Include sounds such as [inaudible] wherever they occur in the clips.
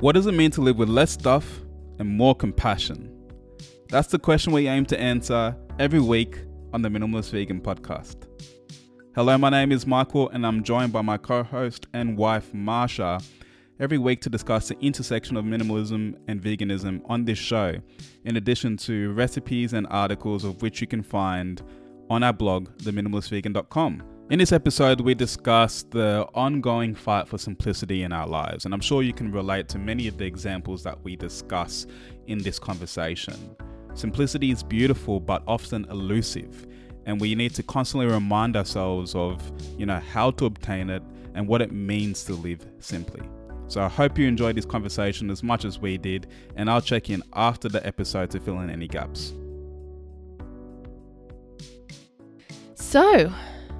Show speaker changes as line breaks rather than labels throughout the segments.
What does it mean to live with less stuff and more compassion? That's the question we aim to answer every week on the Minimalist Vegan podcast. Hello, my name is Michael, and I'm joined by my co host and wife, Marsha, every week to discuss the intersection of minimalism and veganism on this show, in addition to recipes and articles of which you can find on our blog, theminimalistvegan.com. In this episode, we discuss the ongoing fight for simplicity in our lives, and I'm sure you can relate to many of the examples that we discuss in this conversation. Simplicity is beautiful but often elusive, and we need to constantly remind ourselves of, you know, how to obtain it and what it means to live simply. So I hope you enjoyed this conversation as much as we did, and I'll check in after the episode to fill in any gaps.
So, oh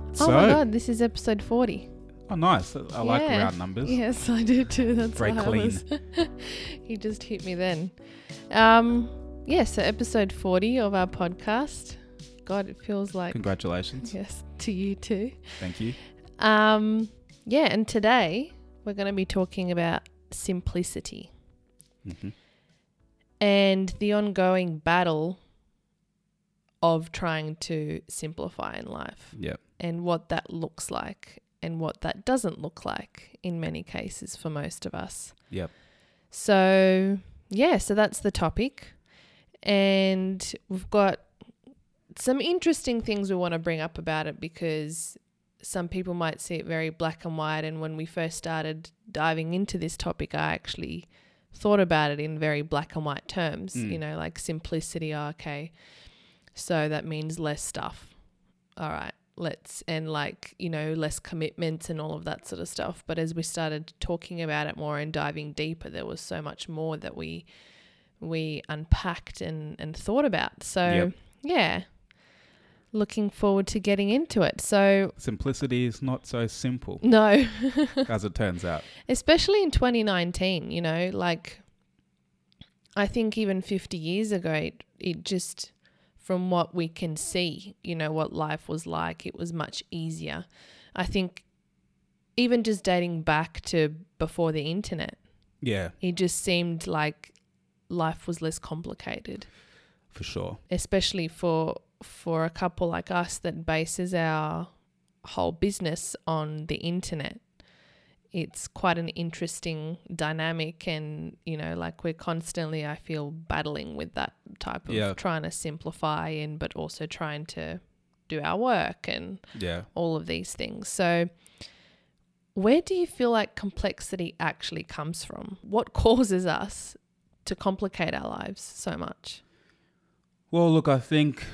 my
So-
god, this is episode 40.
Oh, nice! I I like
Yeah.
round numbers.
Yes, I do too. That's
Very
why I
clean.
was- [laughs] you just hit me then. Um, yeah, so episode 40 of our podcast. God, it feels like
Congratulations!
yes to you too.
Thank you.
Um, yeah, and today we're going to be talking about simplicity
Mhm.
and the ongoing battle of trying to simplify in life.
Yeah.
and what that looks like and what that doesn't look like in many cases for most of us.
Yep.
So, yeah, so that's the topic. And we've got some interesting things we want to bring up about it because some people might see it very black and white. And when we first started diving into this topic, I actually thought about it in very black and white terms,
Mm.
you know, like simplicity, oh, okay. So that means less stuff. All right, let's, and like, you know, less commitments and all of that sort of stuff. But as we started talking about it more and diving deeper, there was so much more that we, we unpacked and, and thought about. So,
Yep.
yeah, looking forward to getting into it. So,
Simplicity is not so
[laughs]
simple,
no,
as it turns out.
especially in 2019, you know, like I think even 50 years ago, it, it just, from what we can see, you know, what life was like, it was much easier. I think even just dating back to before the internet,
Yeah,
it just seemed like life was less complicated.
for sure.
especially for for a couple like us that bases our whole business on the internet it's quite an interesting dynamic and you know like we're constantly i feel battling with that type of
Yeah.
trying to simplify and but also trying to do our work and
Yeah.
all of these things so where do you feel like complexity actually comes from what [laughs] causes us to complicate our lives so much
Well, look, I think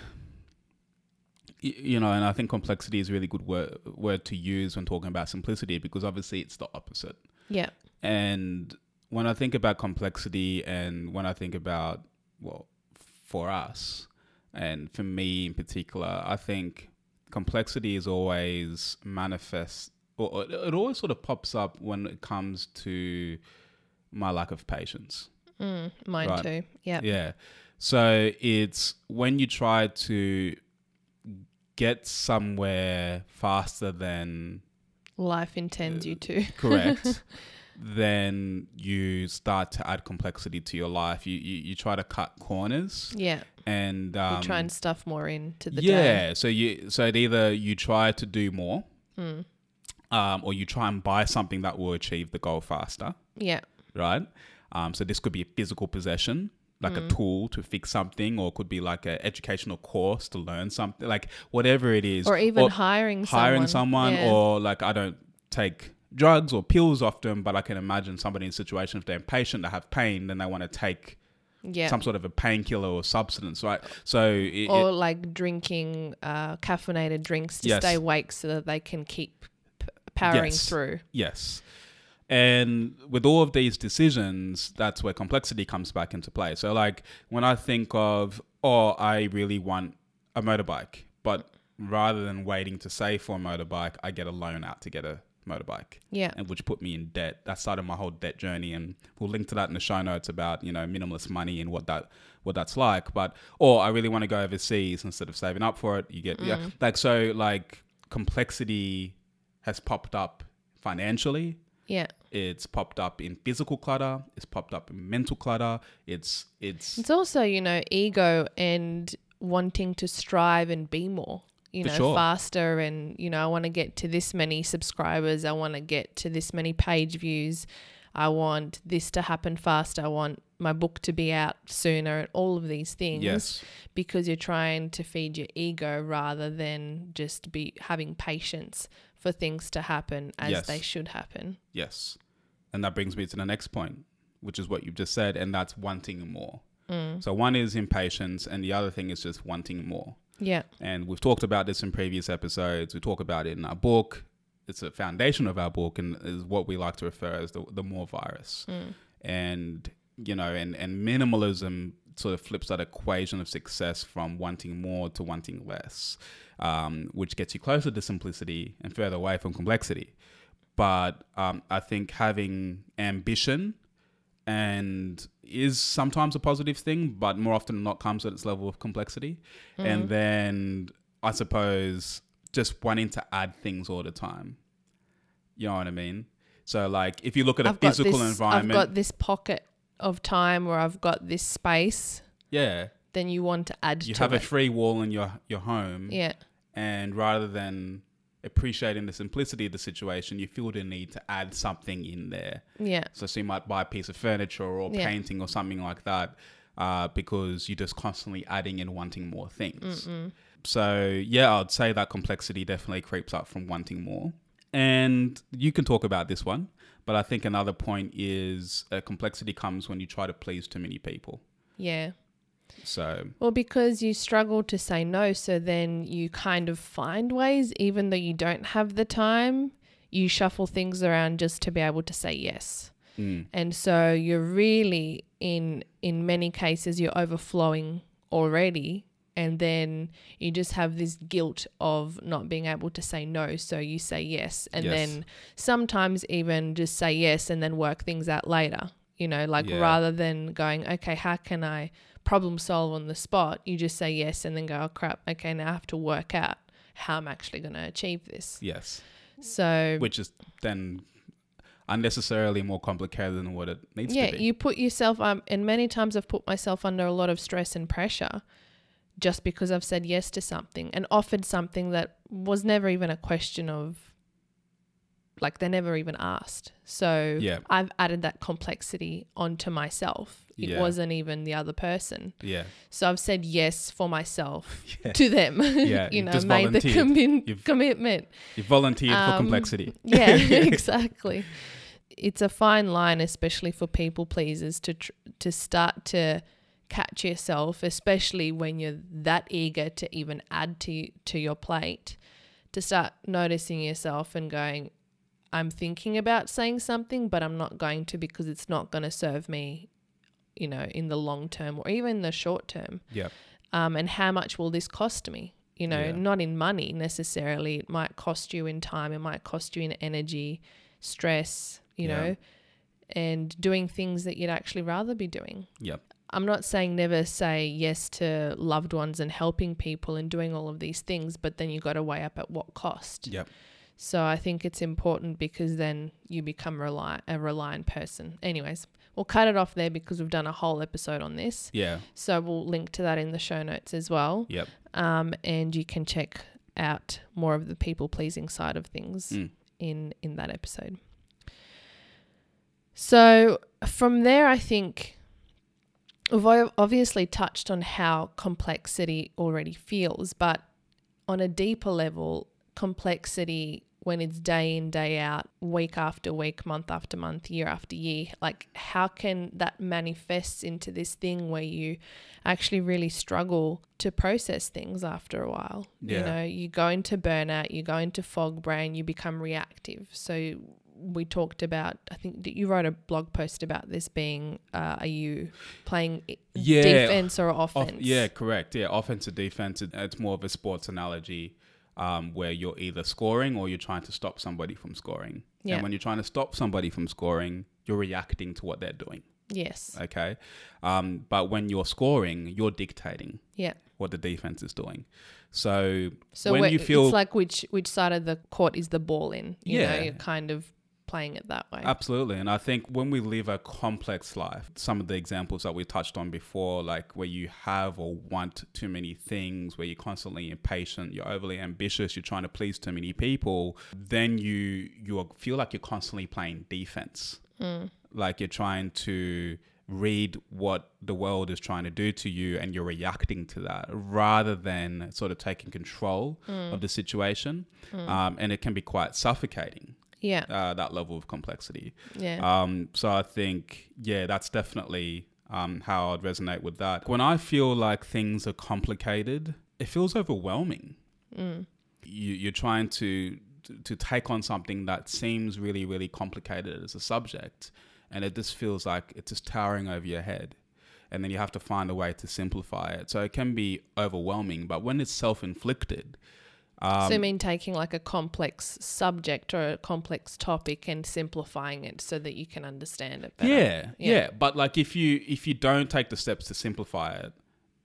y- you know, and I think complexity is a really good word word to use when talking about simplicity because obviously it's the opposite.
yeah
And when I think about complexity and when I think about, well, for us and for me in particular, I think complexity is always manifest, or or it always sort of pops up when it comes to my lack of patience.
Mm, mine
Right.
too. Yeah.
Yeah. So it's when you try to get somewhere faster than
Life intends you to.
correct,
[laughs]
then you start to add complexity to your life. You you, you try to cut corners
Yeah.
and um,
you try and stuff more into the day.
yeah. So you so it either you try to do more,
Hmm.
um, or you try and buy something that will achieve the goal faster,
Yeah.
right? Um, so this could be a physical possession. Like
Mm.
a tool to fix something, or it could be like an educational course to learn something, like whatever it is,
Or even hiring someone.
hiring someone,
Yeah.
or like I don't take drugs or pills often, but I can imagine somebody in a situation if they're impatient, they have pain, then they want to take
yeah.
some sort of a painkiller or substance, right? So it,
or
it-
like drinking uh, caffeinated drinks to
Yes.
stay awake so that they can keep p- powering
Yes.
through.
yes. And with all of these decisions, that's where complexity comes back into play. So like when I think of, oh, I really want a motorbike, but rather than waiting to save for a motorbike, I get a loan out to get a motorbike.
Yeah.
and which put me in debt. That started my whole debt journey, and we'll link to that in the show notes about you know minimalist money and what that what that's like. But or I really want to go overseas instead of saving up for it. You get yeah, like so like complexity has popped up financially,
Yeah.
It's popped up in physical clutter. It's popped up in mental clutter. It's it's
It's also, you know, ego and wanting to strive and be more, you
For
know,
sure.
faster. And, you know, I want to get to this many subscribers. I want to get to this many page views. I want this to happen fast. I want my book to be out sooner and all of these things.
yes,
Because you're trying to feed your ego rather than just be having patience for things to happen as
Yes.
they should happen.
yes. And that brings me to the next point, which is what you've just said, and that's wanting more. So one is impatience, and the other thing is just wanting more.
Yeah.
And we've talked about this in previous episodes. We talk about it in our book. It's a foundation of our book and is what we like to refer as the, the more virus. And, you know, and, and minimalism sort of flips that equation of success from wanting more to wanting less, um, which gets you closer to simplicity and further away from complexity. But um, I think having ambition and is sometimes a positive thing, but more often than not comes at its level of complexity.
Mm-hmm.
And then I suppose just wanting to add things all the time. You know what I mean? So like if you look at a
I've got
physical
this,
environment,
I've got this pocket of time where I've got this space.
yeah,
Then you want to add
you
to
have a
it.
free wall in your your home,
yeah,
and rather than appreciating the simplicity of the situation, you feel the need to add something in there.
yeah,
So, so you might buy a piece of furniture or
Yeah.
painting or something like that uh, because you're just constantly adding and wanting more things. So yeah, I'd say that complexity definitely creeps up from wanting more. And you can talk about this one, but I think another point is uh, complexity comes when you try to please too many people.
yeah.
So
Well, because you struggle to say no, so then you kind of find ways, even though you don't have the time, you shuffle things around just to be able to say yes.
mm,
And so you're really in in many cases you're overflowing already and then you just have this guilt of not being able to say no so you say yes and
Yes.
then sometimes even just say yes and then work things out later you know like
Yeah.
rather than going okay how can i problem solve on the spot you just say yes and then go oh crap okay now i have to work out how i'm actually going to achieve this
yes,
so
which is then unnecessarily more complicated than what it needs
yeah
to be.
you put yourself um and many times i've put myself under a lot of stress and pressure just because i've said yes to something and offered something that was never even a question of like they never even asked so
Yeah.
i've added that complexity onto myself it
Yeah.
wasn't even the other person
yeah,
so i've said yes for myself
[laughs] Yeah.
to them [laughs]
Yeah,
you
you've
know
just
made the
volunteered.
commin-
You've-
commitment
you volunteered for
Um,
complexity.
[laughs]
[laughs]
yeah, exactly. It's a fine line, especially for people pleasers, to tr- to start to catch yourself, especially when you're that eager to even add to to your plate, to start noticing yourself and going, I'm thinking about saying something, but I'm not going to because it's not going to serve me, you know, in the long term or even the short term
Yeah,
um, and how much will this cost me? You know,
Yeah.
not in money necessarily. It might cost you in time. It might cost you in energy, stress. You
Yeah.
know, and doing things that you'd actually rather be doing.
yeah,
I'm not saying never say yes to loved ones and helping people and doing all of these things, but then you got to weigh up at what cost.
yeah.
So I think it's important because then you become rely a reliant person. Anyways, we'll cut it off there because we've done a whole episode on this.
Yeah.
So we'll link to that in the show notes as well.
Yep.
Um, and you can check out more of the people pleasing side of things
Mm.
in in that episode. So from there, I think we've o- obviously touched on how complexity already feels, but on a deeper level, complexity when it's day in day out week after week month after month year after year like how can that manifest into this thing where you actually really struggle to process things after a while you
Yeah.
know you go into burnout you go into fog brain you become reactive so we talked about i think that you wrote a blog post about this being uh, are you playing i-
Yeah.
defense or offense
Off, yeah, correct. Yeah, offense or defense. it- It's more of a sports analogy um, where you're either scoring or you're trying to stop somebody from scoring.
Yeah.
And when you're trying to stop somebody from scoring, you're reacting to what they're doing.
yes
Okay. Um, but when you're scoring, you're dictating
yeah
what the defense is doing. So,
So
when
where-
you feel
it's like which which side of the court is the ball in? You
Yeah. Uh,
know, you're kind of playing it that way.
Absolutely. And I think when we live a complex life, some of the examples that we touched on before, like where you have or want too many things, where you're constantly impatient, you're overly ambitious, you're trying to please too many people, then you you feel like you're constantly playing defense. Like you're trying to read what the world is trying to do to you and you're reacting to that rather than sort of taking control of the situation. Um, and it can be quite suffocating
yeah.
uh, that level of complexity.
yeah.
Um, so I think, yeah, that's definitely um, how I'd resonate with that. When I feel like things are complicated, it feels overwhelming. You, you're trying to to take on something that seems really, really complicated as a subject, and it just feels like it's just towering over your head. And then you have to find a way to simplify it. So it can be overwhelming, but when it's self inflicted, um,
so you mean taking like a complex subject or a complex topic and simplifying it so that you can understand it better.
Yeah, yeah,
Yeah.
But like, if you if you don't take the steps to simplify it,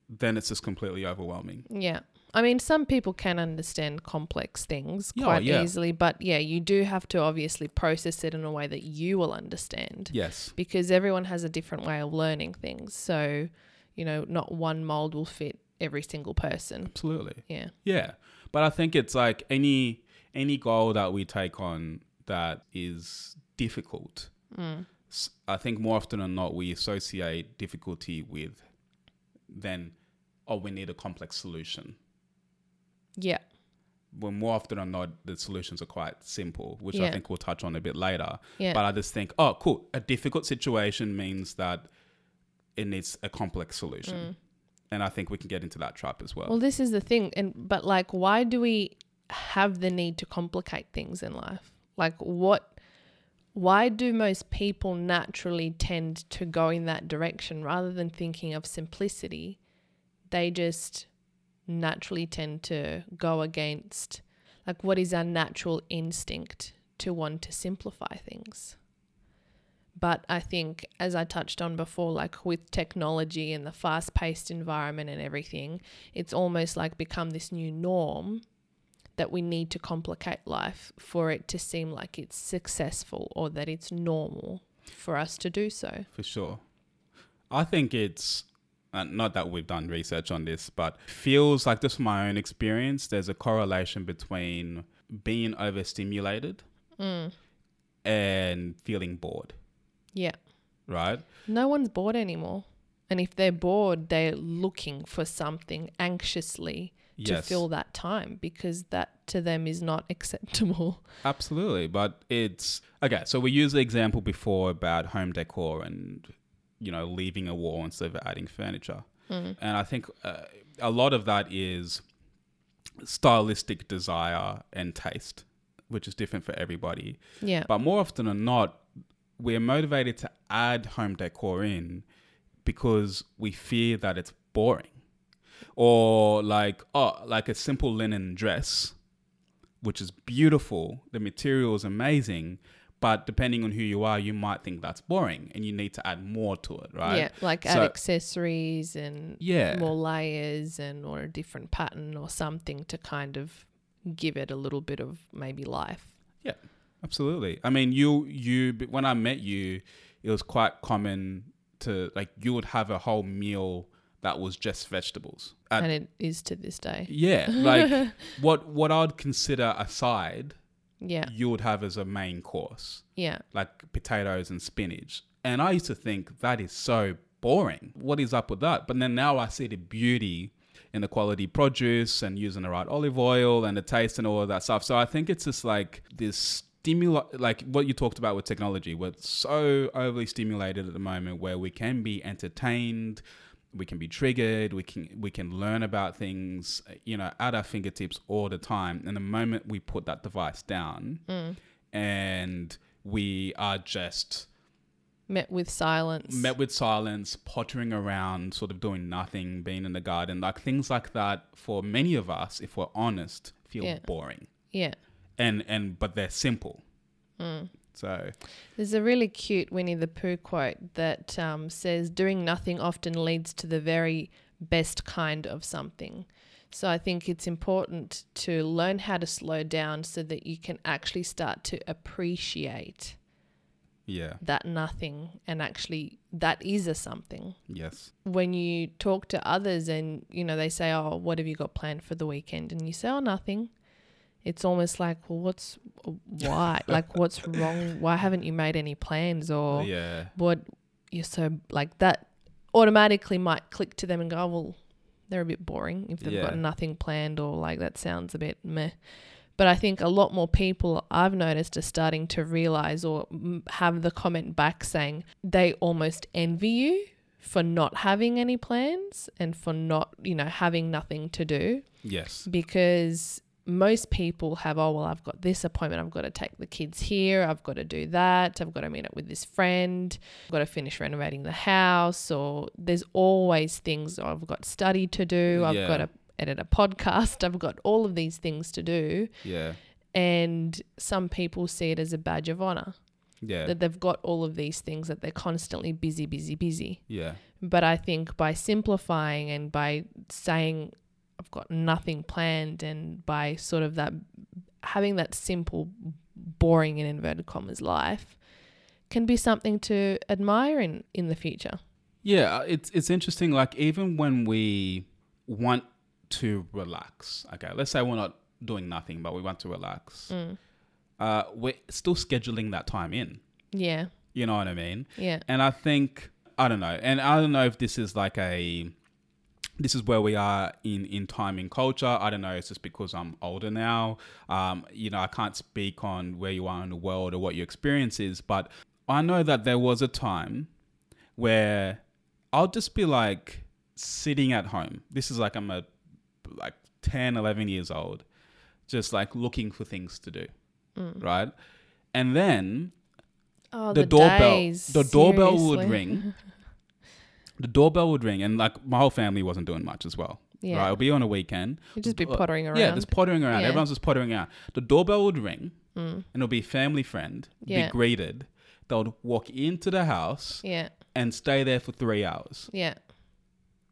then it's just completely overwhelming.
Yeah. I mean, some people can understand complex things
Yeah, oh,
quite
yeah.
easily, but yeah, you do have to obviously process it in a way that you will understand
Yes,
because everyone has a different way of learning things. So, you know, not one mold will fit every single person.
absolutely.
Yeah.
Yeah, but I think it's like any any goal that we take on that is difficult.
Mm.
s- I think more often than not, we associate difficulty with then, oh, we need a complex solution.
Yeah.
When more often than not, the solutions are quite simple, which I
Yeah.
think we'll touch on a bit later.
Yeah.
But I just think, oh, cool. A difficult situation means that it needs a complex solution. And I think we can get into that trap as well.
Mm. Well, this is the thing, and but like, why do we have the need to complicate things in life? Like, what? Why do most people naturally tend to go in that direction rather than thinking of simplicity? They just naturally tend to go against, like, what is our natural instinct to want to simplify things? But I think, as I touched on before, like with technology and the fast paced environment and everything, it's almost like become this new norm that we need to complicate life for it to seem like it's successful or that it's normal for us to do so.
for sure. I think it's uh, not that we've done research on this, but feels like just from my own experience, there's a correlation between being overstimulated
Mm.
and feeling bored,
Yeah.
right?
No one's bored anymore. And if they're bored, they're looking for something anxiously to
Yes.
fill that time because that to them is not [laughs] acceptable.
Absolutely, but it's okay. So we used the example before about home decor and you know leaving a wall instead of adding furniture, and I think uh, a lot of that is stylistic desire and taste, which is different for everybody.
Yeah.
But more often than not, we're motivated to add home decor in because we fear that it's boring. Or like, oh, like a simple linen dress, which is beautiful, the material is amazing, but depending on who you are, you might think that's boring and you need to add more to it, right?
Yeah, like add
So-
accessories and
Yeah.
more layers and or a different pattern or something to kind of give it a little bit of maybe life.
Yeah, absolutely. I mean, you you but when I met you, it was quite common to like you would have a whole meal that was just vegetables. At,
and it is to this day.
yeah, like what what I'd consider a side,
Yeah.
you would have as a main course,
Yeah.
like potatoes and spinach. And I used to think that is so boring. What is up with that? But then now I see the beauty in the quality produce and using the right olive oil and the taste and all of that stuff. So I think it's just like this stimuli, like what you talked about with technology. We're so overly stimulated at the moment where we can be entertained, we can be triggered, we can we can learn about things, you know, at our fingertips all the time. And the moment we put that device down
mm.
and we are just
Met with silence.
met with silence, pottering around, sort of doing nothing, being in the garden, like things like that. For many of us, if we're honest, feel
Yeah.
boring,
yeah. mm.
and and but they're simple. So
There's a really cute Winnie the Pooh quote that um, says, Doing nothing often leads to the very best kind of something. So I think it's important to learn how to slow down so that you can actually start to appreciate
Yeah.
that nothing and actually that is a something.
Yes.
When you talk to others and you know they say, "Oh, what have you got planned for the weekend?" and you say, "Oh, nothing." It's almost like, "Well, what's why? like what's wrong? Why haven't you made any plans or
Yeah.
what you're so like that automatically might click to them and go, oh, well, they're a bit boring if they've
Yeah.
got nothing planned or like that sounds a bit meh. But I think a lot more people I've noticed are starting to realize or mm, have the comment back saying they almost envy you for not having any plans and for not, you know, having nothing to do
Yes.
because most people have oh well i've got this appointment i've got to take the kids here i've got to do that i've got to meet up with this friend i've got to finish renovating the house or there's always things oh, i've got study to do i've
Yeah.
got to edit a podcast i've got all of these things to do
Yeah.
and some people see it as a badge of honor
Yeah.
that they've got all of these things that they're constantly busy busy busy
yeah.
but I think by simplifying and by saying I've got nothing planned and by sort of that having that simple, boring in inverted commas life can be something to admire in in the future.
Yeah, uh, it's it's interesting. Like even when we want to relax, okay, let's say we're not doing nothing, but we want to relax. Uh, we're still scheduling that time in.
Yeah,
You know what I mean?
yeah,
And I think I don't know, and I don't know if this is like a this is where we are in in time in culture. I don't know. It's just because I'm older now. Um, you know, I can't speak on where you are in the world or what your experience is, but I know that there was a time where I'll just be like sitting at home. This is like I'm a like 10, 11 years old, just like looking for things to do,
mm.
right? And then
Oh,
the,
the,
doorbell
days,
the doorbell would
seriously. [laughs]
ring the doorbell would ring and like my whole family wasn't doing much as well
Yeah.
right it'll be on a weekend
You'd just be
Uh,
pottering around.
yeah just pottering around
Yeah. Mm.
everyone's just pottering around the doorbell would ring and it'll be family friend
Yeah.
be greeted they'll walk into the house
yeah,
and stay there for three hours
yeah.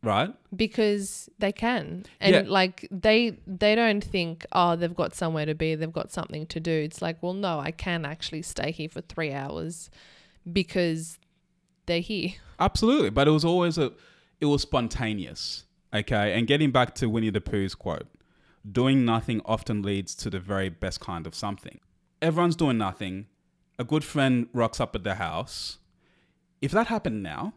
right
because they can and
Yeah.
like they they don't think oh they've got somewhere to be they've got something to do it's like well no i can actually stay here for three hours because they're here
Absolutely, but it was always a, it was spontaneous. Okay, and getting back to Winnie the Pooh's quote, doing nothing often leads to the very best kind of something. Everyone's doing nothing. A good friend rocks up at the house. If that happened now,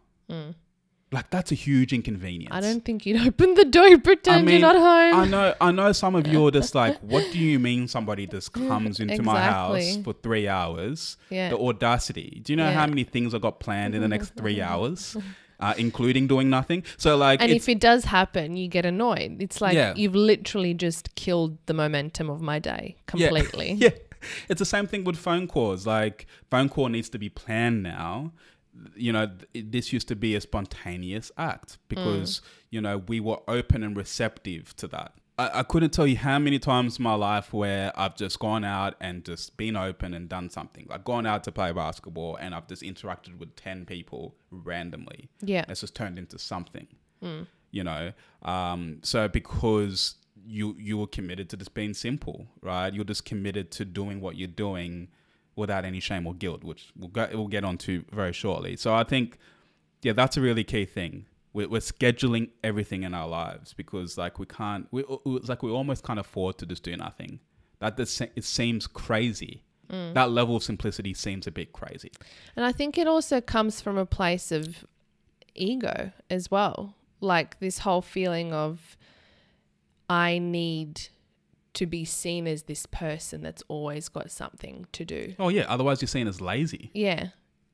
like that's a huge inconvenience.
Hmm. i don't think you'd [laughs] open the door and pretend
mean,
you're not home
I know, I know. Some of you are just
[laughs]
like, "What do you mean? Somebody just comes into my house
Exactly.
for three hours?
Yeah.
The audacity! Do you know
Yeah.
how many things I got planned in the next
[laughs]
three hours, uh, including doing nothing? So like,
and
it's,
if it does happen you get annoyed it's like
Yeah.
you've literally just killed the momentum of my day
yeah, [laughs]
completely
yeah, it's the same thing with phone calls. Like, phone call needs to be planned now. You know, th- this used to be a spontaneous act because you know we were open and receptive to that. I, I couldn't tell you how many times in my life where I've just gone out and just been open and done something. Like gone out to play basketball and I've just interacted with ten people randomly.
yeah
It's just turned into something. You know, um, so because you you were committed to just being simple, right? You're just committed to doing what you're doing without any shame or guilt, which we'll go, we'll get onto very shortly. So I think, yeah, that's a really key thing. We're, we're scheduling everything in our lives because like we can't. We, it's like we almost can't afford to just do nothing. That just, se- it seems crazy.
Mm.
That level of simplicity seems a bit crazy.
And I think it also comes from a place of ego as well. Like this whole feeling of, I need to be seen as this person that's always got something to do.
Oh yeah, otherwise you're seen as lazy,
Yeah.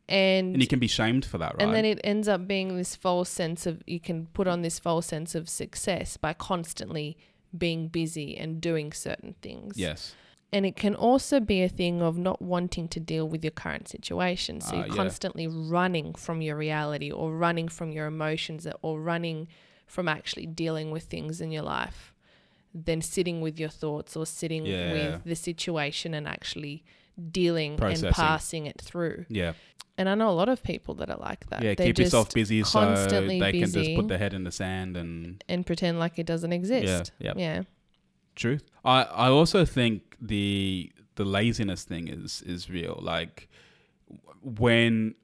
and you can be shamed for that, right?
And then it ends up being this false sense of you can put on this false sense of success by constantly being busy and doing certain things.
Yes.
And it can also be a thing of not wanting to deal with your current situation. So
Ah,
you're
yeah.
constantly running from your reality or running from your emotions or running from actually dealing with things in your life than sitting with your thoughts or sitting
Yeah.
with the situation and actually dealing
Processing.
and passing it through.
Yeah.
And I know a lot of people that are like that.
Yeah.
They're
keep yourself
just
busy so they
constantly
can just
busy.
put their head in the sand and
and pretend like it doesn't exist.
yeah.
Yeah.
Truth. I, I also think the the laziness thing is is real. Like w- when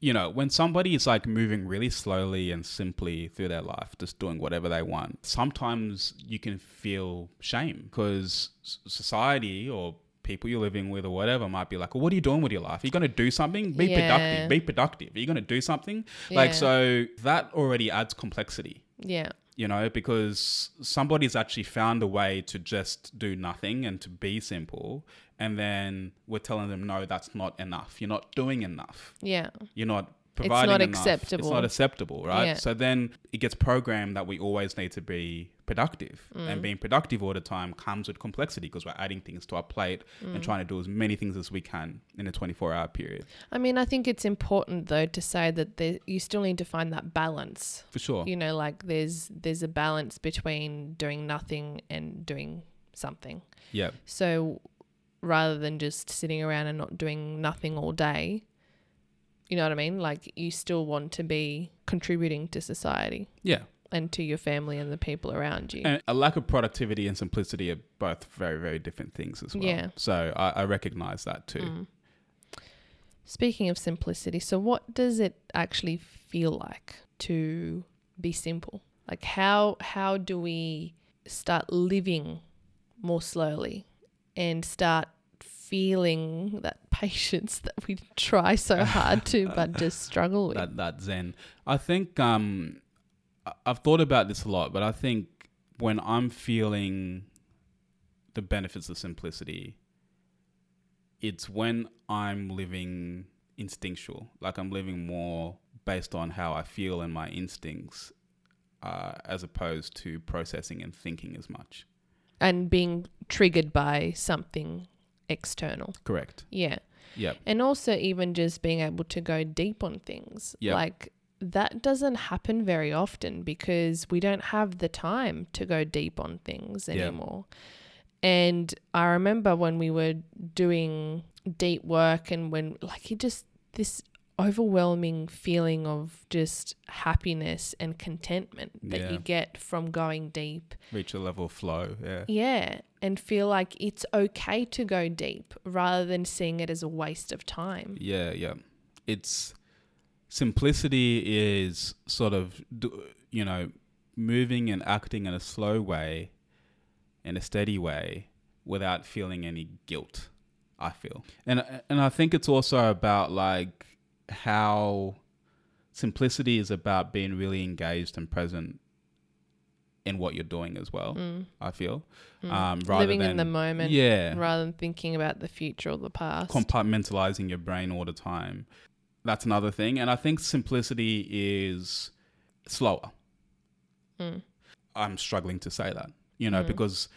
you know when somebody is like moving really slowly and simply through their life, just doing whatever they want. Sometimes you can feel shame because society or people you're living with or whatever might be like, well, what are you doing with your life? Are you going to do something? Be
Yeah.
productive. Be productive. Are you going to do something? Like
Yeah.
so that already adds complexity
Yeah.
you know, because somebody's actually found a way to just do nothing and to be simple. And then we're telling them, no, that's not enough. You're not doing enough.
Yeah.
You're not providing
not
enough. It's
acceptable.
not acceptable, right?
Yeah.
So then it gets programmed that we always need to be productive.
Mm.
And being productive all the time comes with complexity because we're adding things to our plate
Mm.
and trying to do as many things as we can in a 24 hour period.
I mean, I think it's important though to say that there, you still need to find that balance.
For sure.
You know, like there's there's a balance between doing nothing and doing something.
yeah.
So rather than just sitting around and not doing nothing all day, you know what I mean? Like you still want to be contributing to society
Yeah.
and to your family and the people around you.
And a lack of productivity and simplicity are both very, very different things as well.
Yeah.
So I, I recognize that too.
Mm. Speaking of simplicity, so what does it actually feel like to be simple? Like how how do we start living more slowly and start feeling that [laughs] patience that we try so hard to
[laughs]
but just struggle with?
That that Zen. I think um, I- I've thought about this a lot, but I think when I'm feeling the benefits of simplicity, it's when I'm living instinctual, like I'm living more based on how I feel and my instincts, uh, as opposed to processing and thinking as much.
and being triggered by something external.
Correct.
Yeah.
Yep.
And also, even just being able to go deep on things.
Yeah.
Like, that doesn't happen very often because we don't have the time to go deep on things
Yeah.
anymore. And I remember when we were doing deep work and when, like, you just, this overwhelming feeling of just happiness and contentment that
Yeah.
you get from going deep
Reach a level of flow. Yeah.
yeah, and feel like it's okay to go deep rather than seeing it as a waste of time.
Yeah, yeah. It's simplicity is sort of do- you know moving and acting in a slow way, in a steady way, without feeling any guilt. I feel, and and I think it's also about like how simplicity is about being really engaged and present in what you're doing as well. I feel, um, rather
Mm. Living
than
in the moment
yeah,
rather than thinking about the future or the past.
compartmentalizing your brain all the time. That's another thing. And I think simplicity is slower.
Mm.
I'm struggling to say that, you know, because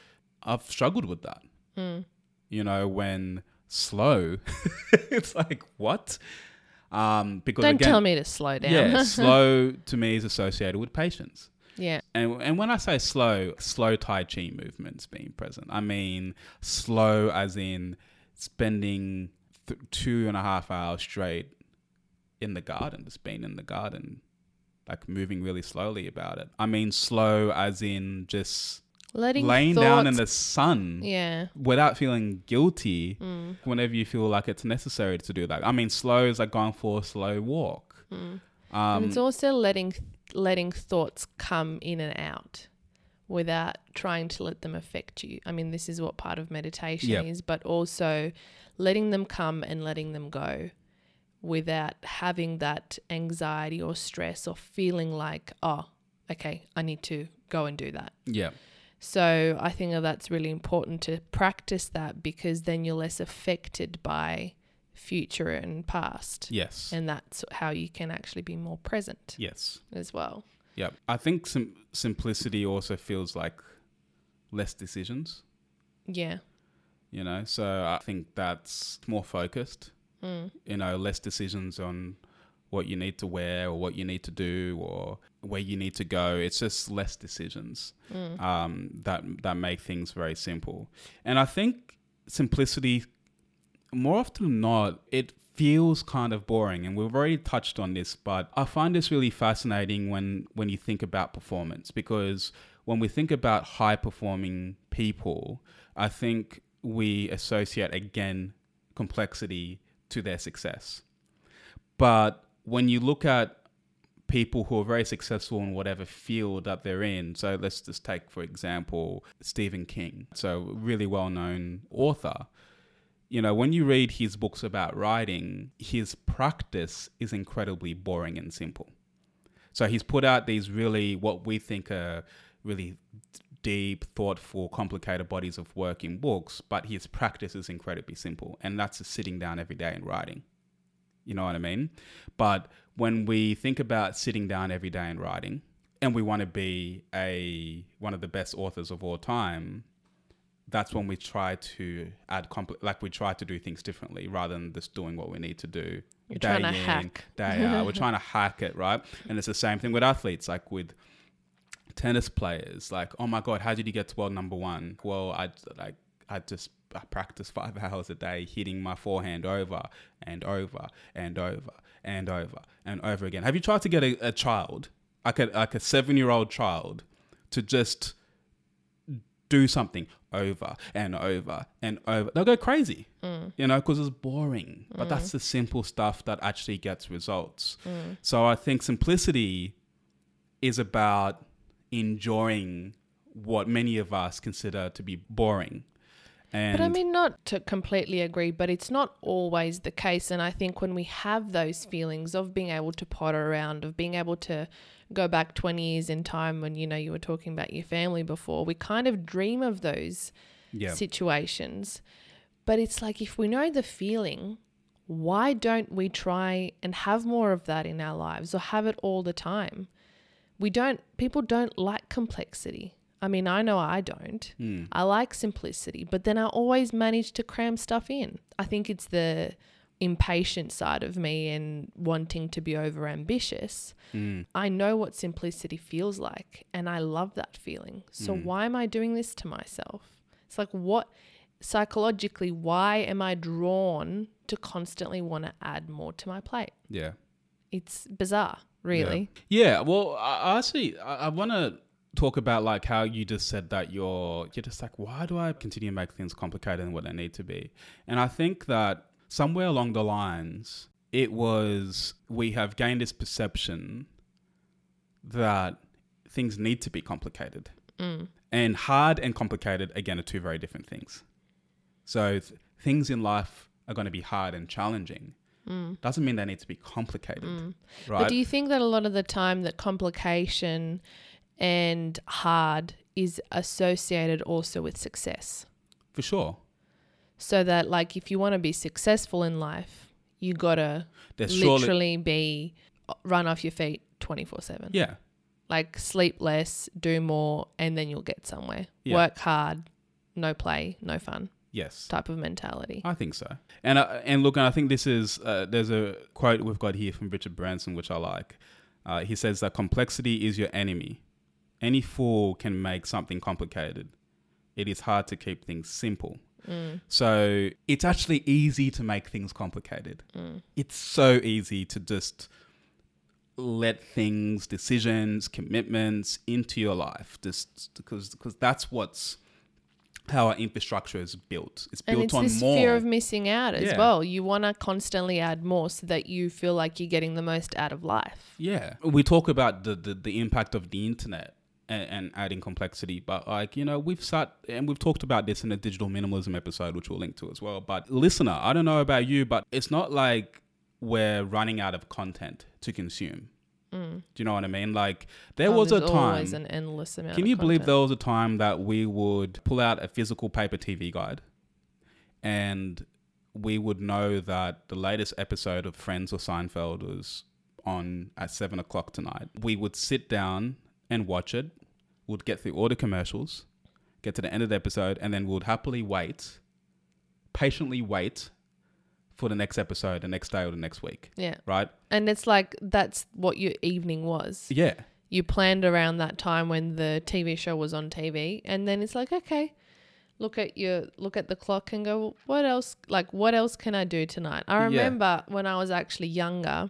I've struggled with that.
mm.
You know, when slow, [laughs] it's like, what? Um, because
Don't
again,
tell me to slow down. [laughs]
yeah, slow to me is associated with patience.
yeah.
And, and when I say slow, slow Tai Chi movements being present, I mean slow as in spending th- two and a half hours straight in the garden, just being in the garden, like moving really slowly about it. I mean slow as in just
Letting
laying
thoughts,
down in the sun
Yeah. Mm.
without feeling guilty whenever you feel like it's necessary to do that. I mean, slow is like going for a slow walk.
and
Um,
it's also letting letting thoughts come in and out without trying to let them affect you. I mean, this is what part of meditation
Yeah.
is, but also letting them come and letting them go without having that anxiety or stress or feeling like, oh, okay, I need to go and do that.
yeah,
So I think that that's really important to practice that because then you're less affected by future and past.
yes,
And that's how you can actually be more present
yes.
as well.
Yeah, I think sim- simplicity also feels like less decisions.
Yeah.
You know, so I think that's more focused. You know, less decisions on what you need to wear or what you need to do or where you need to go. It's just less decisions um, that that make things very simple. And I think simplicity more often than not, it feels kind of boring and we've already touched on this but i find this really fascinating when when you think about performance because when we think about high performing people i think we associate again complexity to their success but when you look at people who are very successful in whatever field that they're in. So let's just take, for example, Stephen King, so really well known author. You know, when you read his books about writing, his practice is incredibly boring and simple. So he's put out these really, what we think are really deep, thoughtful, complicated bodies of work in books, but his practice is incredibly simple. And that's just sitting down every day and writing. You know what I mean? But when we think about sitting down every day and writing, and we want to be a one of the best authors of all time, that's when we try to add compl- like we try to do things differently rather than just doing what we need to do
You're trying to hack.
day
[laughs]
out. We're trying to hack it, right? And it's the same thing with athletes, like with tennis players. Like, oh my god, how did you get to world number one? Well, I like I just I practice five [laughs] hours a day hitting my forehand over and over and over and over and over again. Have you tried to get a, a child, like a like a seven year old child, to just do something over and over and over? They'll go crazy,
Mm.
you know, because it's boring. But that's the simple stuff that actually gets results.
Mm.
So I think simplicity is about enjoying what many of us consider to be boring. And
But I mean, not to completely agree, but it's not always the case. And I think when we have those feelings of being able to potter around, of being able to go back 20 years in time when, you know, you were talking about your family before, we kind of dream of those
yeah,
situations. But it's like if we know the feeling, why don't we try and have more of that in our lives or have it all the time? We don't, people don't like complexity. I mean, I know I don't. I like simplicity, but then I always manage to cram stuff in. I think it's the impatient side of me and wanting to be over ambitious. I know what simplicity feels like and I love that feeling. So
Mm.
why am I doing this to myself? It's like what psychologically why am I drawn to constantly want to add more to my plate?
yeah.
It's bizarre, really.
Yeah, well, I I actually, I, I want to talk about like how you just said that you're you're just like, why do I continue to make things complicated than what they need to be? And I think that somewhere along the lines, it was we have gained this perception that things need to be complicated,
Mm.
and hard and complicated again are two very different things. So th- things in life are going to be hard and challenging. Doesn't mean they need to be complicated, right?
Mm. But do you think that a lot of the time that complication and hard is associated also with success?
For sure.
So that like if you want to be successful in life, you got to
There's surely
literally be uh, run off your feet 24/7.
yeah,
like sleep less, do more, and then you'll get somewhere.
Yeah.
Work hard, no play, no fun
yes.
type of mentality.
I think so. And uh, and look, and I think this is uh, there's a quote we've got here from Richard Branson which I like. Uh, he says that complexity is your enemy. Any fool can make something complicated. It is hard to keep things simple.
Mm.
So it's actually easy to make things complicated.
Mm.
It's so easy to just let things, decisions, commitments into your life, just because because that's what's how our infrastructure is built. It's
And
built
it's
on
this
more.
fear of missing out as
Yeah.
well. You want to constantly add more so that you feel like you're getting the most out of life.
Yeah. We talk about the, the, the impact of the internet and, and adding complexity, but like, you know, we've sat and we've talked about this in a digital minimalism episode, which we'll link to as well. But listener, I don't know about you, but it's not like we're running out of content to consume. Do you know what I mean? Like, there
Oh,
was a
there's
time.
Mm. always an endless amount.
Can
of
you believe
content.
there was a time that we would pull out a physical paper TV guide and we would know that the latest episode of Friends or Seinfeld was on at seven o'clock tonight? We would sit down and watch it, would get through all the commercials, get to the end of the episode, and then we would happily wait, patiently wait for the next episode, the next day or the next week,
Yeah,
right?
and it's like that's what your evening was.
Yeah.
you planned around that time when the TV show was on TV, and then it's like, okay, look at your look at the clock and go what else like what else can i do tonight i
Yeah.
remember when i was actually younger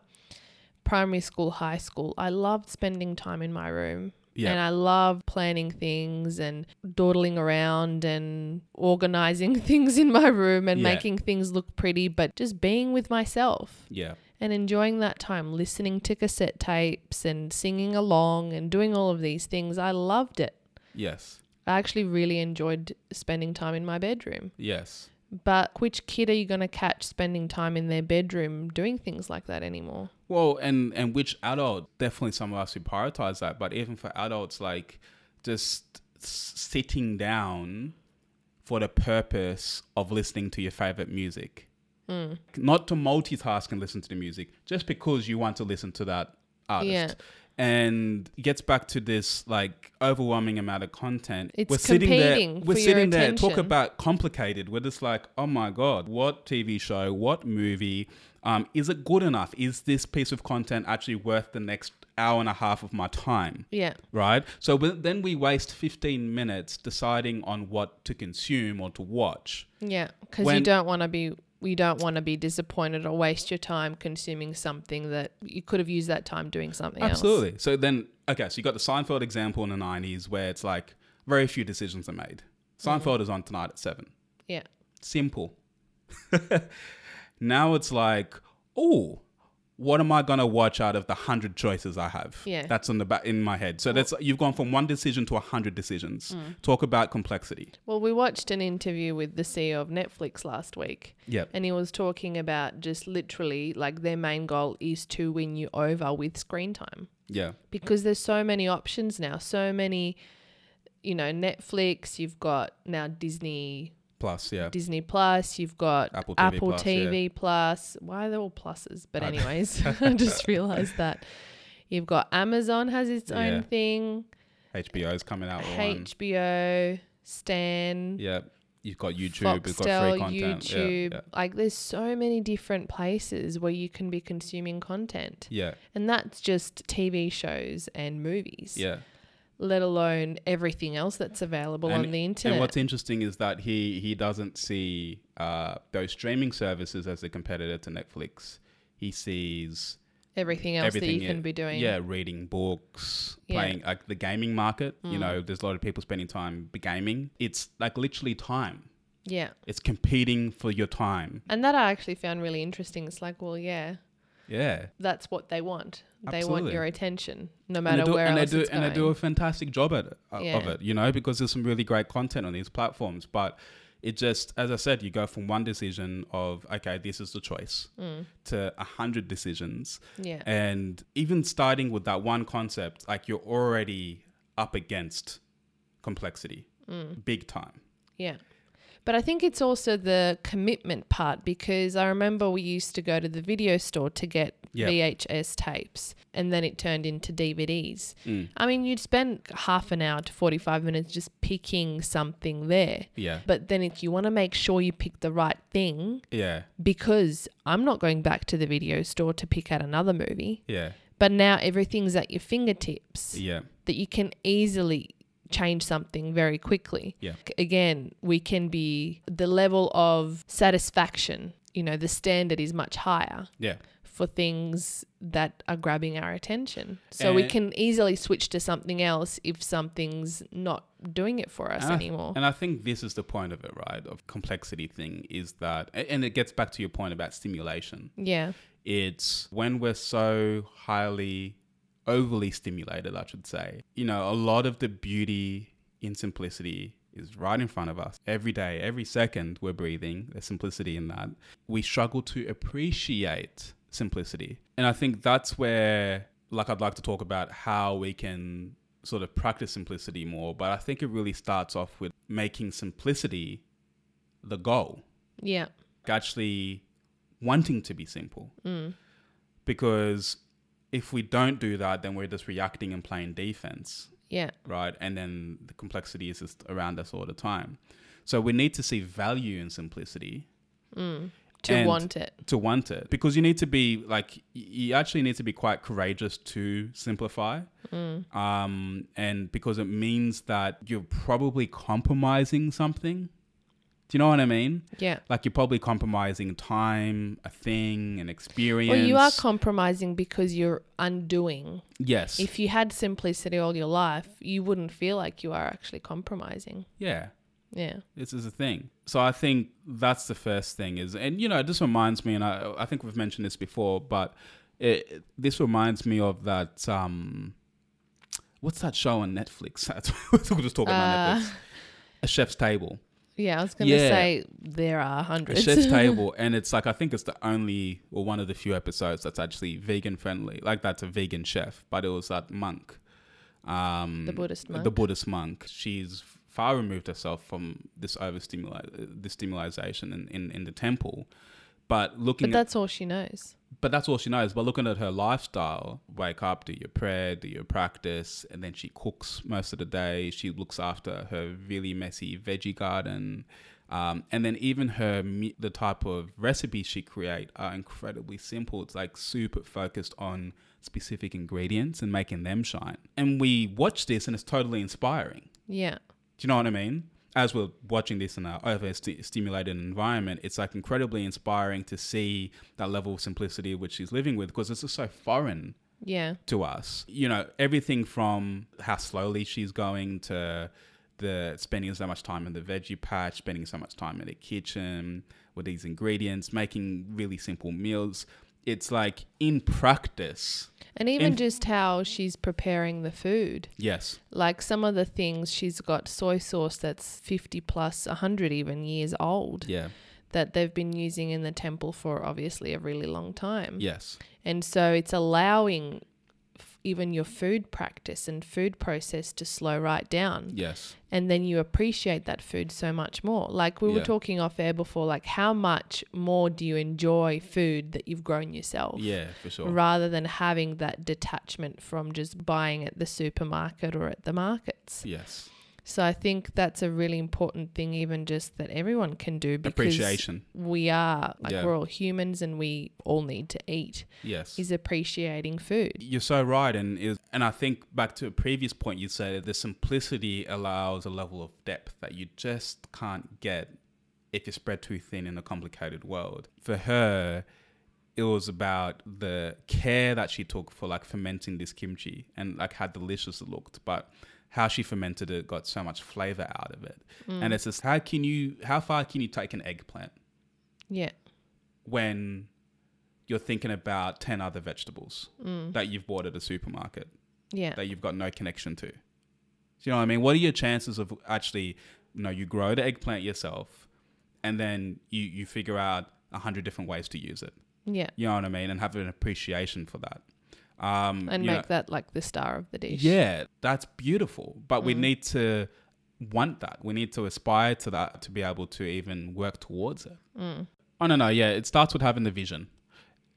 primary school high school i loved spending time in my room
Yeah.
and i loved planning things and dawdling around and organizing [laughs] things in my room and
Yeah.
making things look pretty but just being with myself
Yeah.
and enjoying that time listening to cassette tapes and singing along and doing all of these things i loved it
Yes.
I actually really enjoyed spending time in my bedroom.
Yes.
But which kid are you going to catch spending time in their bedroom doing things like that anymore?
Well, and and which adult? Definitely some of us who prioritize that, but even for adults, like just s- sitting down for the purpose of listening to your favorite music, not to multitask and listen to the music, just because you want to listen to that artist.
Yeah.
And it gets back to this like overwhelming amount of content.
It's
there,
competing
we're
for your
sitting there, talk
attention.
about about complicated where it's like oh my god what tv show what movie um, is it good enough is this piece of content actually worth the next hour and a half of my time
Yeah.
right so but then we waste 15 minutes deciding on what to consume or to watch
Yeah, cuz you
When-
don't want to be you don't want to be disappointed or waste your time consuming something that you could have used that time doing something else.
absolutely so then okay so you got the seinfeld example in the 90s where it's like very few decisions are made
Mm-hmm.
seinfeld is on tonight at 7
Yeah.
simple. [laughs] now it's like, oh, what am I gonna watch out of the hundred choices I have?
Yeah.
that's on the back in my head. So that's you've gone from one decision to a hundred decisions.
Mm.
Talk about complexity.
Well, we watched an interview with the CEO of Netflix last week.
Yep.
And he was talking about just literally like their main goal is to win you over with screen time.
Yeah,
because there's so many options now, so many you know, Netflix, you've got now Disney
plus yeah,
Disney Plus, you've got
Apple
Apple
TV
TV,
Plus,
Plus. Why are they all pluses? But anyways, [laughs] I just realized that. You've got Amazon has its
Yeah.
own thing,
HBO's coming out. with One.
HBO, Stan,
Yeah, you've got YouTube. It's got free
Foxtel,
content. Yeah,
YouTube.
Yeah,
Like there's so many different places where you can be consuming content.
yeah,
And that's just TV shows and movies
yeah.
let alone everything else that's available
And-
on the
And
internet.
what's interesting is that he he doesn't see uh, those streaming services as a competitor to Netflix. He sees
everything else that you
everything,
can
yeah.
be doing.
Yeah, reading books,
Yeah. Mm.
playing like the gaming market. You know, there's a lot of people spending time gaming. It's like literally time.
Yeah.
It's competing for your time.
And that I actually found really interesting. It's like, well, yeah,
Yeah,
that's what they want. They want
Absolutely.
your attention, no
and
matter
they do,
where
and they
else
do,
it's
and
going.
they do a fantastic job at uh, of
Yeah.
it. You know, because there's some really great content on these platforms, but. It just, as I said, you go from one decision of okay, this is the choice, to a hundred decisions,
Mm. yeah.
And even starting with that one concept, like you're already up against complexity
Mm.
big time.
Yeah. But I think it's also the commitment part because I remember we used to go to the video store to get
Yeah.
VHS tapes and then it turned into DVDs. I mean, you'd spend half an hour to 45 minutes just picking something there.
Yeah.
But then if you want to make sure you pick the right thing,
Yeah.
because I'm not going back to the video store to pick out another movie,
Yeah.
but now everything's at your fingertips
Yeah.
that you can easily change something very quickly.
Yeah.
Again, we can be the level of satisfaction, you know, the standard is much higher
Yeah.
for things that are grabbing our attention. So we
And-
can easily switch to something else if something's not doing it for us
And I-
anymore.
Ah, And I think this is the point of it, right? Of complexity thing is that, a- and it gets back to your point about stimulation.
yeah.
It's when we're so highly overly stimulated, I should say. You know, a lot of the beauty in simplicity is right in front of us. Every day, every second, we're breathing. There's simplicity in that. We struggle to appreciate simplicity. And I think that's where, like, I'd like to talk about how we can sort of practice simplicity more. But I think it really starts off with making simplicity the goal
Yeah.
actually wanting to be simple.
mm,
Because if we don't do that, then we're just reacting and playing defense,
Yeah.
right? And then the complexity is just around us all the time. So we need to see value in simplicity
to
And-
want it.
to want it because you need to be like y- you actually need to be quite courageous to simplify
Mm.
um, and because it means that you're probably compromising something do you know what i mean
Yeah.
like you're probably compromising time a thing an experience
Well, you are compromising because you're undoing.
yes
If you had simplicity all your life, you wouldn't feel like you are actually compromising.
yeah
Yeah.
This is a thing. So I think that's the first thing is, and you know, this reminds me, and I, I think we've mentioned this before, but it, this reminds me of that. Um, what's that show on Netflix? [laughs] We're just talking about
Uh,
Netflix. A chef's table.
Yeah, I was going to
Yeah.
say there are
A
hundreds. [laughs]
chef's table, and it's like I think it's the only or one of the few episodes that's actually vegan friendly. Like that's a vegan chef, but it was that monk. [laughs] Um,
the Buddhist monk.
the Buddhist monk. She's far removed herself from this overstimulation, the stimulation in, in, in the temple. But looking
but
at,
that's all she knows.
but that's all she knows. But looking at her lifestyle, wake up, do your prayer, do your practice, and then she cooks most of the day. She looks after her really messy veggie garden, um, and then even her me- the type of recipes she create are incredibly simple. It's like super focused on specific ingredients and making them shine. And we watch this, and it's totally inspiring.
Yeah.
Do you know what I mean? As we're watching this in our overstimulated environment, it's like incredibly inspiring to see that level of simplicity which she's living with because this is so foreign
Yeah.
to us. You know, everything from how slowly she's going to the spending so much time in the veggie patch, spending so much time in the kitchen with these ingredients, making really simple meals. It's like in practice,
And even
And-
just how she's preparing the food.
yes,
Like some of the things she's got soy sauce that's 50 plus 100 even years old
yeah,
that they've been using in the temple for obviously a really long time.
yes,
And so it's allowing f- even your food practice and food process to slow right down.
yes,
And then you appreciate that food so much more. Like we
Yeah.
were talking off air before, like how much more do you enjoy food that you've grown yourself?
yeah, for sure.
Rather than having that detachment from just buying at the supermarket or at the markets.
Yes,
So I think that's a really important thing, even just that everyone can do because
appreciation.
we are like
Yeah.
we're all humans and we all need to eat
Yes,
is appreciating food.
You're so right, and is and I think back to a previous point you said the simplicity allows a level of depth that you just can't get if you're spread too thin in a complicated world. For her, it was about the care that she took for like fermenting this kimchi and like how delicious it looked, but how she fermented it got so much flavor out of it. And it's just how can you how far can you take an eggplant
Yeah.
when you're thinking about ten other vegetables that you've bought at a supermarket?
Yeah.
that you've got no connection to. Do you know what I mean? What are your chances of actually, you know, you grow the eggplant yourself and then you, you figure out a hundred different ways to use it.
yeah.
You know what I mean? And have an appreciation for that. Um,
And
you
make
know-
that like the star of the dish. Mm-hmm.
yeah, that's beautiful. But we need to want that. We need to aspire to that to be able to even work towards it.
Mm,
Oh no, no, yeah. It starts with having the vision,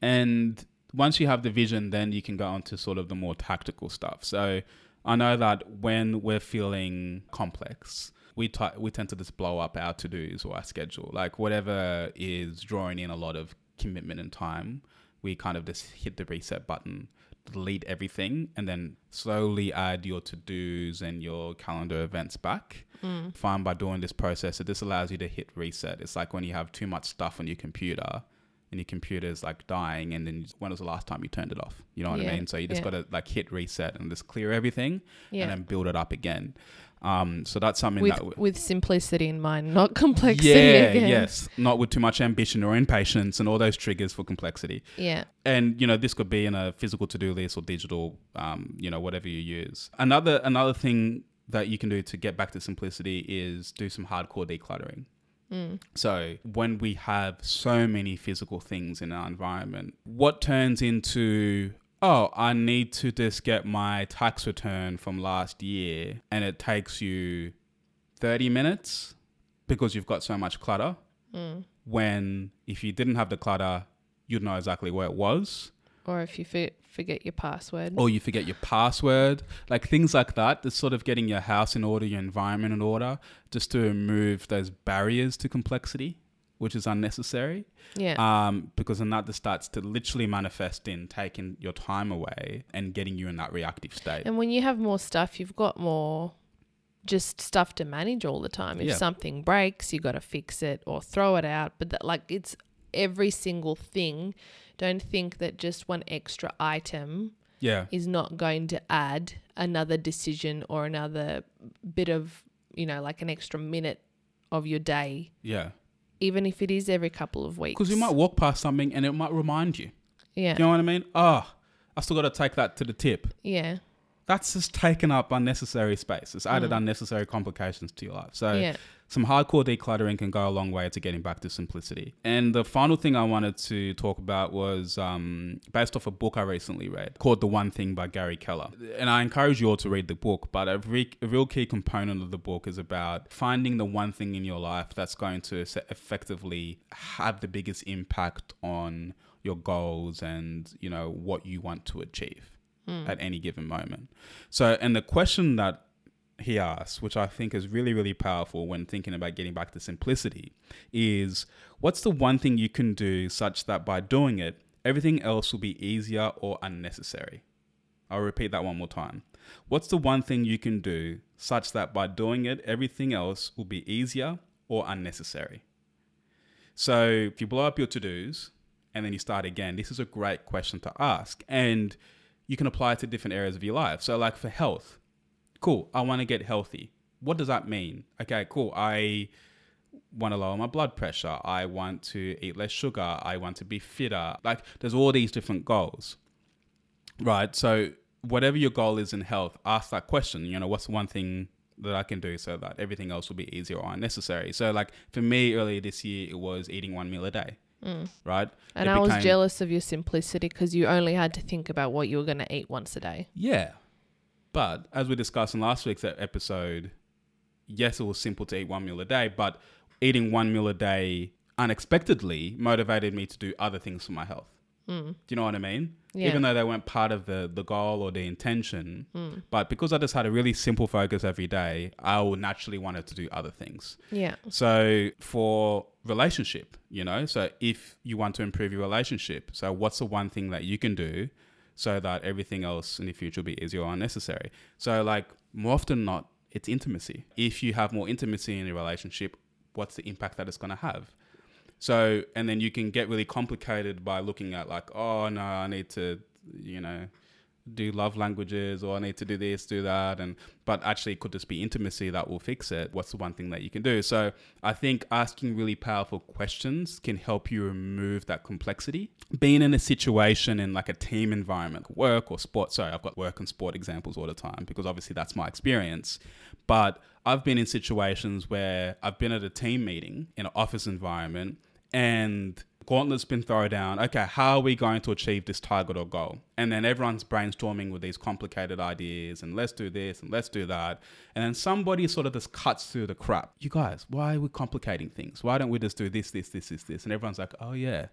and once you have the vision, then you can go on to sort of the more tactical stuff. So I know that when we're feeling complex. We, t- we tend to just blow up our to dos or our schedule. Like, whatever is drawing in a lot of commitment and time, we kind of just hit the reset button, delete everything, and then slowly add your to dos and your calendar events back.
mm,
Find by doing this process, it just allows you to hit reset. It's like when you have too much stuff on your computer and your computer is like dying, and then you- when was the last time you turned it off? You know what I
Yeah,
mean? So you just
yeah.
got to like hit reset and just clear everything
Yeah.
and then build it up again. Um, so that's something
with
that. w-
with simplicity in mind, not [laughs] complexity.
yeah,
again.
yes. Not with too much ambition or impatience and all those triggers for complexity
Yeah.
and you know this could be in a physical to-do list or digital um, you know whatever you use another another thing that you can do to get back to simplicity is do some hardcore decluttering
Mm,
so when we have so many physical things in our environment what turns into oh i need to just get my tax return from last year and it takes you 30 minutes because you've got so much clutter
mm.
when if you didn't have the clutter you'd know exactly where it was
Or if you for, forget your password.
or you forget your password like things like that just sort of getting your house in order your environment in order just to remove those barriers to complexity which is unnecessary
Yeah.
um, because then that just starts to literally manifest in taking your time away and getting you in that reactive state.
and when you have more stuff, you've got more just stuff to manage all the time. If
Yeah.
something breaks, you got to fix it or throw it out. But that, like, it's every single thing. Don't think that just one extra item
Yeah,
is not going to add another decision or another bit of, you know, like an extra minute of your day,
yeah.
even if it is every couple of weeks.
Because you might walk past something and it might remind you.
Yeah.
You know what I mean? Oh, I still got to take that to the tip.
Yeah.
That's just taken up unnecessary space. It's added unnecessary complications to your life. So
Mm. Yeah.
some hardcore decluttering can go a long way to getting back to simplicity. And the final thing I wanted to talk about was um, based off a book I recently read called The One Thing by Gary Keller. And I encourage you all to read the book, but a, re- a real key component of the book is about finding the one thing in your life that's going to se- effectively have the biggest impact on your goals and you know what you want to achieve at any given moment. So, and the question that he asks, which I think is really, really powerful when thinking about getting back to simplicity, is what's the one thing you can do such that by doing it, everything else will be easier or unnecessary? I'll repeat that one more time. What's the one thing you can do such that by doing it, everything else will be easier or unnecessary? So if you blow up your to dos and then you start again, this is a great question to ask. And you can apply it to different areas of your life. So, like for health, cool, I want to get healthy. What does that mean? Okay, cool. I want to lower my blood pressure. I want to eat less sugar. I want to be fitter. Like, there's all these different goals, right? So, whatever your goal is in health, ask that question. You know, what's one thing that I can do so that everything else will be easier or unnecessary? So, like, for me earlier this year, it was eating one meal a day, right?
Mm. And
It
I was
became-
jealous of your simplicity because you only had to think about what you were going to eat once a day.
Yeah. But as we discussed in last week's e-, episode, yes, it was simple to eat one meal a day, but eating one meal a day unexpectedly motivated me to do other things for my health. Do you know what I mean?
Mm, Yeah.
Even though they weren't part of the, the goal or the intention, but because I just had a really simple focus every day, I will naturally wanted to do other things.
Yeah.
So for relationship, you know, so if you want to improve your relationship, so what's the one thing that you can do so that everything else in the future will be easier or unnecessary? So like more often than not, it's intimacy. If you have more intimacy in your relationship, what's the impact that it's going to have? So and then you can get really complicated by looking at like, oh no, I need to, you know, do love languages or I need to do this, do that and but actually it could just be intimacy that will fix it. What's the one thing that you can do? So I think asking really powerful questions can help you remove that complexity. Being in a situation in like a team environment, work or sport, sorry, I've got work and sport examples all the time because obviously that's my experience. But I've been in situations where I've been at a team meeting in an office environment and gauntlet's been thrown down. Okay, how are we going to achieve this target or goal? And then everyone's brainstorming with these complicated ideas and let's do this and let's do that. And then somebody sort of just cuts through the crap. You guys, why are we complicating things? Why don't we just do this, this, this, this, this? And everyone's like, oh yeah.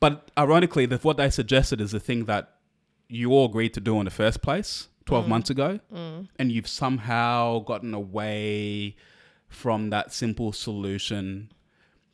but ironically, the, what they suggested is the thing that you all agreed to do in the first place 12 months ago. And you've somehow gotten away from that simple solution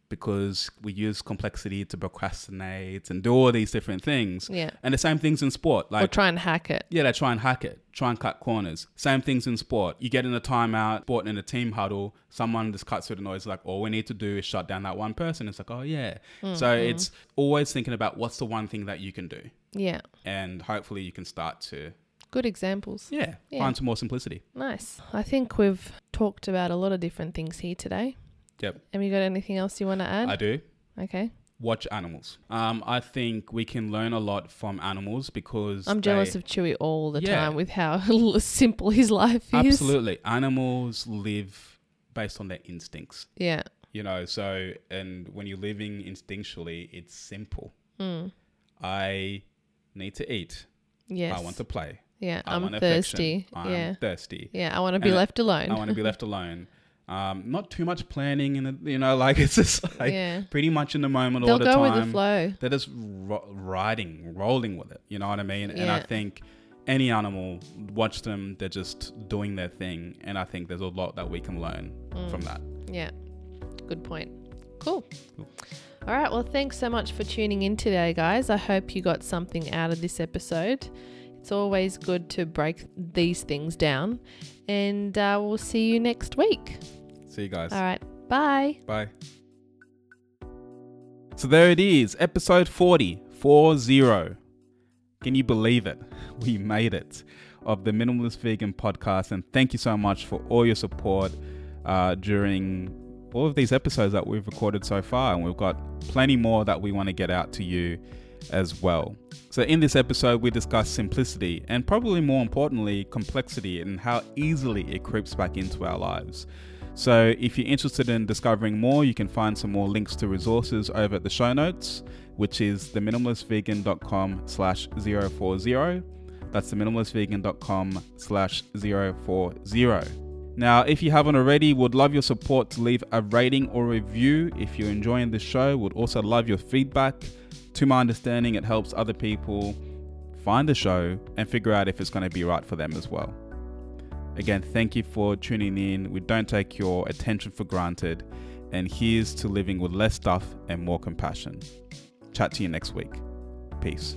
because we use complexity to procrastinate and do all these different things.
Yeah.
And the same things in sport.
Or
Like,
try and hack it.
yeah, they try and hack it, try and cut corners. Same things in sport. You get in a timeout, sport in a team huddle, someone just cuts through the noise, like, all we need to do is shut down that one person. It's like, oh, yeah. So
Mm-hmm.
it's always thinking about what's the one thing that you can do.
Yeah.
And hopefully you can start to,
Good examples.
yeah,
Yeah.
find some more simplicity.
Nice. I think we've talked about a lot of different things here today.
Yep.
Have you got anything else you want to add?
I do.
okay.
Watch animals. Um, I think we can learn a lot from animals because
I'm jealous
they-
of Chewy all the
Yeah.
time with how [laughs] simple his life is.
Absolutely. Animals live based on their instincts,
Yeah.
you know, so, and when you're living instinctually, it's simple.
Mm.
I need to eat.
Yes.
I want to play.
yeah.
I
I'm
want
thirsty.
affection. I'm
yeah.
thirsty.
Yeah. I want to be
And
left alone.
I want to be left alone. Um, not too much planning, and you know, [laughs] like it's just like
[laughs] yeah.
pretty much in the moment all
They'll
the
go
time.
with the flow.
They're just ro- riding, rolling with it. You know what I mean? And I
Yeah.
think any animal, watch them, they're just doing
Mm.
their thing. And I think there's a lot that we can learn from that.
Yeah. Good point. Cool.
Cool.
All right. Well, thanks so much for tuning in today, guys. I hope you got something out of this episode. It's always good to break these things down. And uh, we'll see you next week.
See you guys.
All right. Bye.
Bye. So there it is, episode 40, 40. Can you believe it? [laughs] We made it of the Minimalist Vegan podcast. And thank you so much for all your support uh, during all of these episodes that we've recorded so far. And we've got plenty more that we want to get out to you as well. So, in this episode, we discussed simplicity and probably more importantly, complexity and how easily it creeps back into our lives. So, if you're interested in discovering more, you can find some more links to resources over at the show notes, which is theminimalistvegan.com slash 040. That's theminimalistvegan.com slash 040. Now, if you haven't already, would love your support to leave a rating or review. If you're enjoying the show, would also love your feedback. To my understanding, it helps other people find the show and figure out if it's going to be right for them as well. Again, thank you for tuning in. We don't take your attention for granted. And here's to living with less stuff and more compassion. Chat to you next week. Peace.